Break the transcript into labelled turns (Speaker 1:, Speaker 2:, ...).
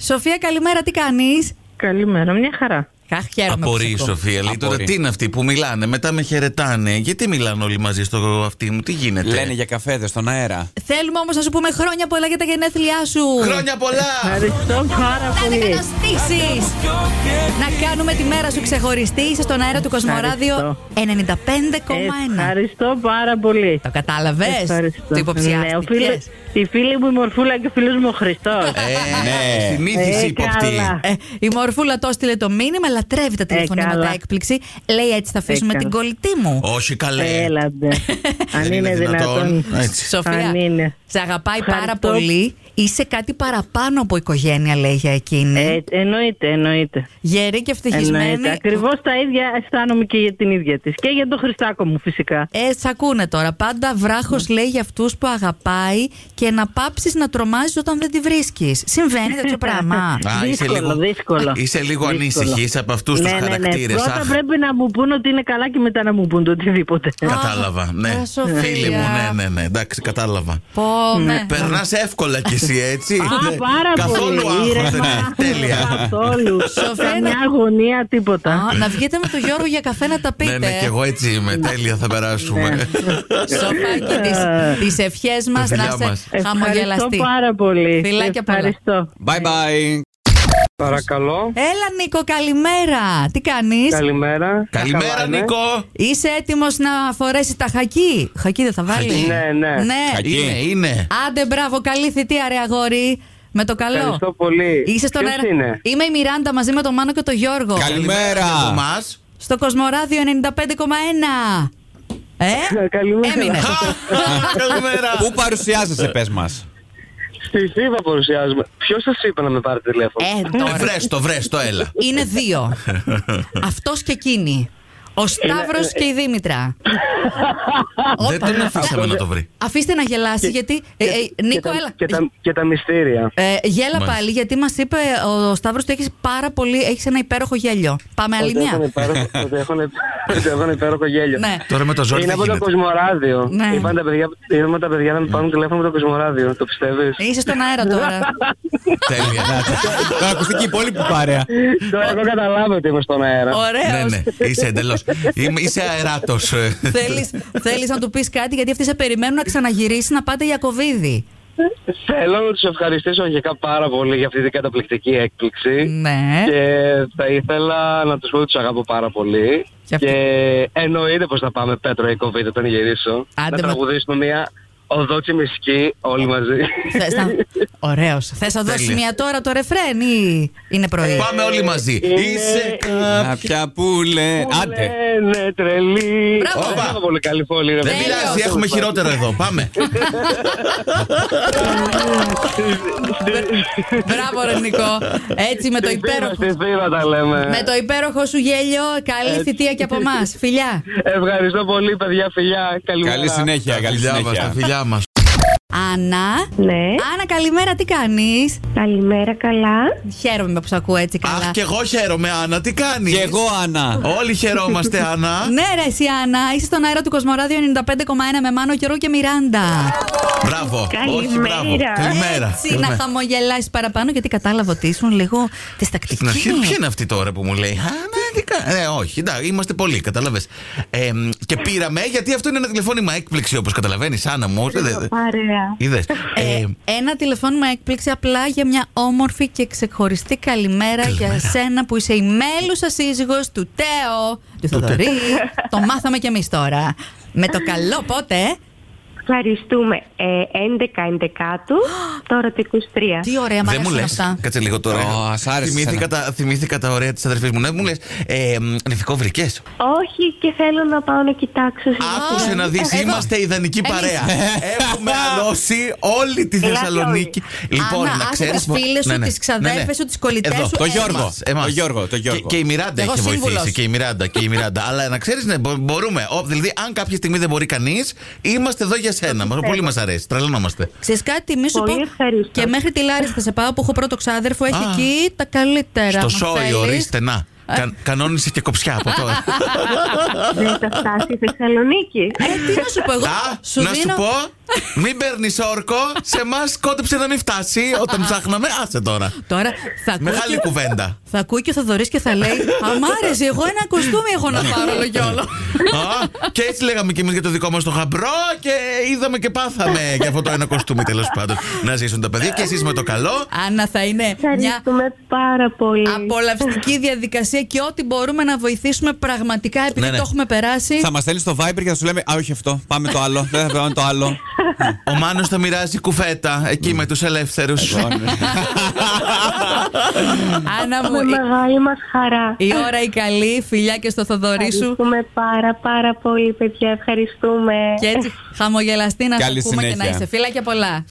Speaker 1: Σοφία, καλημέρα, τι κάνεις.
Speaker 2: Καλημέρα, μια χαρά.
Speaker 1: Αχ, χαίρομαι. που
Speaker 3: Απορεί η
Speaker 1: σε ακούω.
Speaker 3: Σοφία, λέει τώρα
Speaker 4: Απορεί.
Speaker 3: τι είναι αυτοί που μιλάνε, μετά με χαιρετάνε. Γιατί μιλάνε όλοι μαζί στο αυτί μου, τι γίνεται.
Speaker 4: Λένε για καφέδες στον αέρα.
Speaker 1: Θέλουμε όμως να σου πούμε χρόνια πολλά για τα γενέθλιά σου.
Speaker 3: Χρόνια πολλά!
Speaker 2: Ευχαριστώ πάρα
Speaker 1: Να είναι
Speaker 2: πολύ.
Speaker 1: καταστήσεις. Να κάνουμε τη μέρα σου ξεχωριστή. Είσαι στον αέρα του Κοσμοράδιο 95,1.
Speaker 2: Ευχαριστώ πάρα πολύ.
Speaker 1: Το κατάλαβες.
Speaker 2: Ευχαριστώ.
Speaker 1: Το
Speaker 2: Ναι, ο
Speaker 1: υποψιάστηκε.
Speaker 2: φίλος- η φίλη μου η Μορφούλα και ο φίλος μου ο Χριστός.
Speaker 3: Ε,
Speaker 4: Ναι.
Speaker 3: Συνήθιση
Speaker 2: Ε,
Speaker 3: υποπτή.
Speaker 2: καλά.
Speaker 1: η Μορφούλα το έστειλε το μήνυμα, λατρεύει τα τηλεφωνήματα
Speaker 2: Ε, καλά.
Speaker 1: έκπληξη. Λέει έτσι θα αφήσουμε
Speaker 2: Ε,
Speaker 1: την
Speaker 2: καλά.
Speaker 1: κολλητή μου.
Speaker 3: Όχι καλέ.
Speaker 2: Έλατε. Αν
Speaker 3: Δεν
Speaker 2: είναι δυνατόν.
Speaker 3: Έτσι.
Speaker 1: Σοφία,
Speaker 2: Αν είναι.
Speaker 1: σε αγαπάει πάρα
Speaker 2: Ευχαριστώ.
Speaker 1: πολύ. Είσαι κάτι παραπάνω από οικογένεια, λέει για εκείνη.
Speaker 2: Ε, εννοείται, εννοείται.
Speaker 1: Γερή και
Speaker 2: εννοείται.
Speaker 1: ευτυχισμένη.
Speaker 2: Ακριβώς τα ίδια αισθάνομαι και για την ίδια της. Και για τον Χριστάκο μου, φυσικά.
Speaker 1: Ε, σ' ακούνε τώρα. Πάντα βράχος
Speaker 3: Ναι.
Speaker 1: λέει για αυτούς που αγαπάει και να πάψεις να τρομάζεις όταν δεν τη βρίσκεις. Συμβαίνει τέτοιο πράγμα.
Speaker 3: Α, είσαι
Speaker 2: δύσκολο,
Speaker 3: λίγο-
Speaker 2: δύσκολο.
Speaker 3: Είσαι λίγο
Speaker 2: Δύσκολο.
Speaker 3: ανήσυχη, είσαι από αυτούς τους
Speaker 2: ναι, ναι, ναι.
Speaker 3: χαρακτήρες.
Speaker 2: Πρώτα πρέπει να μου πούν ότι είναι καλά και μετά να μου πούν το οτιδήποτε.
Speaker 3: Κατάλαβα. Ναι.
Speaker 1: α, Σοφία.
Speaker 3: Φίλοι μου, ναι, ναι, ναι. Εντάξει, κατάλαβα.
Speaker 1: Πω, ναι.
Speaker 3: Περνάς εύκολα κι εσύ, έτσι.
Speaker 2: Α,
Speaker 3: Ναι.
Speaker 2: πάρα
Speaker 3: Καθόλου
Speaker 2: πολύ.
Speaker 3: άγχος δεν
Speaker 2: Ήρεμα.
Speaker 3: έχει. Τέλεια.
Speaker 2: Καθόλου.
Speaker 1: Σοφία,
Speaker 2: Καμιά
Speaker 1: να-
Speaker 2: αγωνία, τίποτα.
Speaker 1: Α, να βγείτε με τον Γιώργο για καφέ να τα πείτε.
Speaker 3: Ναι, ναι, κι εγώ έτσι είμαι. Τέλεια θα περάσουμε.
Speaker 1: Σοφάκι, τις, τις ευχές μας
Speaker 3: Τα
Speaker 1: να
Speaker 3: φιλιά μας.
Speaker 1: είσαι
Speaker 2: Ευχαριστώ
Speaker 1: χαμογελαστή.
Speaker 2: πάρα πολύ.
Speaker 1: Φιλάκια πολλά.
Speaker 2: Ευχαριστώ.
Speaker 4: Bye bye.
Speaker 5: Παρακαλώ.
Speaker 1: Έλα Νίκο, καλημέρα. Τι κάνεις?
Speaker 5: Καλημέρα.
Speaker 3: Καλημέρα,
Speaker 5: Καλά
Speaker 4: ναι.
Speaker 5: είναι.
Speaker 3: Νίκο.
Speaker 1: Είσαι έτοιμος να φορέσεις τα χακί. Χακί δεν θα βάλει.
Speaker 3: Χακί.
Speaker 5: Ναι, ναι.
Speaker 1: Ναι.
Speaker 4: Χακί.
Speaker 3: Είναι, είναι.
Speaker 1: Άντε μπράβο, καλή θητεία ρε αγόρι. Με το καλό.
Speaker 5: Ευχαριστώ πολύ.
Speaker 1: Είσαι στον
Speaker 5: Ποιος
Speaker 1: αέρα.
Speaker 5: είναι?
Speaker 1: Είμαι η Μιράντα μαζί με τον Μάνο και τον Γιώργο.
Speaker 4: Καλημέρα.
Speaker 3: Μας.
Speaker 1: Στο Κοσμοράδιο 95,1. Ε,
Speaker 5: Καλημέρα.
Speaker 1: έμεινες.
Speaker 3: Καλημέρα.
Speaker 4: Πού παρουσιάζεσαι, πες μας.
Speaker 5: Στη Θήβα παρουσιάζουμε. Ποιος σας είπε να με πάρει τηλέφωνο.
Speaker 1: Ε, τώρα.
Speaker 3: Βρες το, βρες το, έλα.
Speaker 1: Είναι δύο. Αυτός και εκείνη. Ο Σταύρος
Speaker 5: ε,
Speaker 1: και η Δήμητρα.
Speaker 3: Δεν τον αφήσαμε να το βρει.
Speaker 1: Αφήστε να γελάσει, γιατί. ε, ε,
Speaker 5: και,
Speaker 1: Νίκο,
Speaker 5: τα,
Speaker 1: έλα.
Speaker 5: και, τα, και τα μυστήρια.
Speaker 1: Ε, γέλα
Speaker 3: Μάλιστα.
Speaker 1: πάλι, γιατί μας είπε ε, ο Σταύρος ότι έχεις πάρα πολύ. Έχεις ένα υπέροχο γέλιο. Πάμε άλλη
Speaker 5: Ότι έχουν
Speaker 1: μια.
Speaker 5: υπέροχο- Ότι έχουν- ότι έχουν υπέροχο γέλιο.
Speaker 1: Ναι.
Speaker 3: Τώρα με το ζόρι
Speaker 5: Είναι
Speaker 3: δεν
Speaker 5: από το
Speaker 3: γίνεται. Ναι.
Speaker 5: Κοσμοράδιο.
Speaker 1: Ναι.
Speaker 5: Είπαν τα παιδιά, είπαν τα παιδιά να με πάρουν τηλέφωνο με το Κοσμοράδιο. Το πιστεύεις.
Speaker 1: Είσαι στον αέρα τώρα.
Speaker 3: Τέλεια.
Speaker 4: Τώρα ακουστική υπόλοιπη παρέα.
Speaker 1: Ε.
Speaker 5: Τώρα εγώ καταλάβω ότι είμαι στον αέρα.
Speaker 3: Ναι,
Speaker 1: Ωραίο.
Speaker 3: ναι, είσαι εντελώ. Είσαι αεράτος.
Speaker 1: Θέλεις να του πεις κάτι, γιατί αυτοί σε περιμένουν να ξαναγυρίσει να πάτε Ιακοβίδη.
Speaker 5: Θέλω να τους ευχαριστήσω αρχικά πάρα πολύ για αυτή την καταπληκτική έκπληξη.
Speaker 1: Ναι.
Speaker 5: Και θα ήθελα να τους πω ότι τους αγαπώ πάρα πολύ.
Speaker 1: Και
Speaker 5: Και,
Speaker 1: αυτό.
Speaker 5: εννοείται πως θα πάμε Πέτρο ή COVID όταν γυρίσω.
Speaker 1: Άντε,
Speaker 5: να
Speaker 1: μα-
Speaker 5: τραγουδήσουμε μια οδό τσιμισκή όλοι μαζί.
Speaker 1: Θες να... Ωραίος. Θες να δώσεις
Speaker 3: Τέλεια. Ε,
Speaker 1: μια τώρα το ρεφρέν ή είναι πρωί.
Speaker 3: Πάμε όλοι μαζί.
Speaker 5: Είναι-
Speaker 3: Είσαι
Speaker 4: Κάποια που λέει. Άντε.
Speaker 5: Ναι, τρελή.
Speaker 1: Μπράβο.
Speaker 5: Ωπα. Πάρα πολύ καλή πόλη. ρε
Speaker 3: Δεν
Speaker 5: παιδιά.
Speaker 3: πειράζει, έχουμε χειρότερα εδώ. Πάμε.
Speaker 1: Μπράβο ρε Νικό. Έτσι με το
Speaker 5: Στη Θήβα,
Speaker 1: υπέροχο.
Speaker 5: Στη Θήβα τα λέμε.
Speaker 1: Με το υπέροχο σου γέλιο, καλή θητεία και από εμάς. Φιλιά.
Speaker 5: Ευχαριστώ πολύ, παιδιά, φιλιά. Καλημέρα.
Speaker 4: Καλή συνέχεια, καλή
Speaker 3: φιλιά μας, τα
Speaker 4: συνέχεια.
Speaker 3: φιλιά μας.
Speaker 1: Άννα.
Speaker 6: Ναι.
Speaker 1: Άννα, καλημέρα, τι κάνεις.
Speaker 6: Καλημέρα, καλά.
Speaker 1: Χαίρομαι που σε ακούω έτσι καλά.
Speaker 3: Αχ, και εγώ χαίρομαι, Άννα, τι κάνεις.
Speaker 4: Και εγώ, Άννα.
Speaker 3: Όλοι χαιρόμαστε, Άννα.
Speaker 1: Ναι, ρε, εσύ, Άννα, είσαι στον αέρα του Κοσμοράδιο 95,1 με Μάνο Καιρό και Μιράντα.
Speaker 3: Μπράβο. Όχι, μπράβο.
Speaker 6: Καλημέρα.
Speaker 3: Καλημέρα.
Speaker 1: Έτσι, να χαμογελάσεις παραπάνω, γιατί κατάλαβα ότι ήσουν λίγο τη
Speaker 3: Στην αρχή, ναι.
Speaker 1: τακτική.
Speaker 3: ποια είναι αυτή τώρα που μου λέει. Α, ναι, τι κα- ε, όχι, εντά, είμαστε πολλοί, κατάλαβε. και πήραμε, γιατί αυτό είναι ένα τηλεφώνημα έκπληξη, όπως καταλαβαίνεις, Άννα μου. Δε- δε-
Speaker 6: Παρέα.
Speaker 3: Είδες. Ε,
Speaker 1: Ένα τηλεφώνημα έκπληξη απλά για μια όμορφη και ξεχωριστή καλημέρα, για σένα που είσαι η μέλουσα σύζυγος του Τέο, του Θοδωρή. το μάθαμε κι εμείς τώρα. Με το καλό πότε.
Speaker 6: Ευχαριστούμε. Ε, 11-11 του, τώρα το 23.
Speaker 1: Τι ωραία μ'
Speaker 3: ε, Δεν μου
Speaker 1: αρέσουν
Speaker 3: λες.
Speaker 1: αυτά.
Speaker 3: Κάτσε λίγο τώρα.
Speaker 4: Ω, ας άρεσε
Speaker 3: θυμήθηκα, τα, θυμήθηκα τα ωραία της αδερφής μου. Ναι, μου λες. Ε, μ, νηφικό βρικέ.
Speaker 6: Όχι και θέλω να πάω να κοιτάξω. συγγνώμη.
Speaker 3: Άκουσε να δεις,
Speaker 1: εδώ.
Speaker 3: είμαστε ιδανική
Speaker 1: Εμείς.
Speaker 3: παρέα. Έχουμε αλώσει όλη τη
Speaker 6: Ελάτε
Speaker 3: Θεσσαλονίκη. Λοιπόν,
Speaker 1: Άννα, άσε τις φίλες σου, τις ξαδέρφες σου, τις κολλητές
Speaker 3: Ναι, Εδώ.
Speaker 1: σου,
Speaker 4: Το Γιώργο,
Speaker 3: Εμάς,
Speaker 4: το
Speaker 3: εμάς.
Speaker 4: Γιώργο, το Γιώργο.
Speaker 3: Και, και η Μιράντα
Speaker 1: Εγώ
Speaker 3: έχει βοηθήσει.
Speaker 1: σύμβουλος.
Speaker 3: Και η Μιράντα, και η Μιράντα. Αλλά να ξέρει, ναι, μπο- μπορούμε. Ο, δηλαδή, αν κάποια στιγμή δεν μπορεί κανεί, είμαστε εδώ για σένα. Μας- Πολύ μας αρέσει. Τρελανόμαστε.
Speaker 1: Ξέρεις κάτι, μη σου
Speaker 6: Πολύ
Speaker 1: πω.
Speaker 6: ευχαρίστω.
Speaker 1: Και μέχρι τη Λάρισα θα σε πάω που έχω πρώτο ξάδερφο. Έχει
Speaker 3: Α.
Speaker 1: εκεί τα καλύτερα.
Speaker 3: Στο
Speaker 1: Μας
Speaker 3: σόι,
Speaker 1: θέλεις.
Speaker 3: ορίστε, να. Κα, κανόνισε και κοψιά από τώρα.
Speaker 6: Δεν θα φτάσει η Θεσσαλονίκη.
Speaker 1: Ε, τι να σου πω εγώ.
Speaker 3: Α, να σου πω. Μην παίρνεις όρκο. Σε εμάς κόντεψε να μην φτάσει όταν ψάχναμε. Άσε τώρα.
Speaker 1: Τώρα θα ακούει.
Speaker 3: Μεγάλη
Speaker 1: και-
Speaker 3: κουβέντα.
Speaker 1: Θα ακούει και ο Θοδωρής και θα λέει Αμάρεσε, εγώ ένα κοστούμι έχω να πάρω όλο και όλο.
Speaker 3: Α, και έτσι λέγαμε κι εμείς για το δικό μας το χαμπρό και είδαμε και πάθαμε για αυτό το ένα κοστούμι τέλος πάντων. Να ζήσουν τα παιδιά και εσείς με το καλό.
Speaker 1: Άννα, θα είναι μια
Speaker 6: Ευχαριστούμε πάρα πολύ.
Speaker 1: απολαυστική διαδικασία και ό,τι μπορούμε να βοηθήσουμε πραγματικά επειδή
Speaker 3: Ναι, ναι.
Speaker 1: το έχουμε περάσει.
Speaker 4: Θα μας στέλνεις το Viber και θα σου λέμε Α, όχι αυτό. Πάμε το άλλο. Δεν θα πάμε το άλλο.
Speaker 3: Ο Μάνος θα μοιράζει κουφέτα εκεί με τους ελεύθερους.
Speaker 4: Λοιπόν.
Speaker 1: Άννα μου,
Speaker 6: Με
Speaker 1: η,
Speaker 6: μεγάλη μας χαρά.
Speaker 1: η ώρα η καλή, φιλιά και στο Θοδωρή σου.
Speaker 6: Ευχαριστούμε πάρα πάρα πολύ παιδιά, ευχαριστούμε.
Speaker 1: Και έτσι χαμογελαστή να σε
Speaker 4: Καλή
Speaker 1: ακούμε και να
Speaker 4: συνέχεια.
Speaker 1: είσαι. Φίλα και πολλά.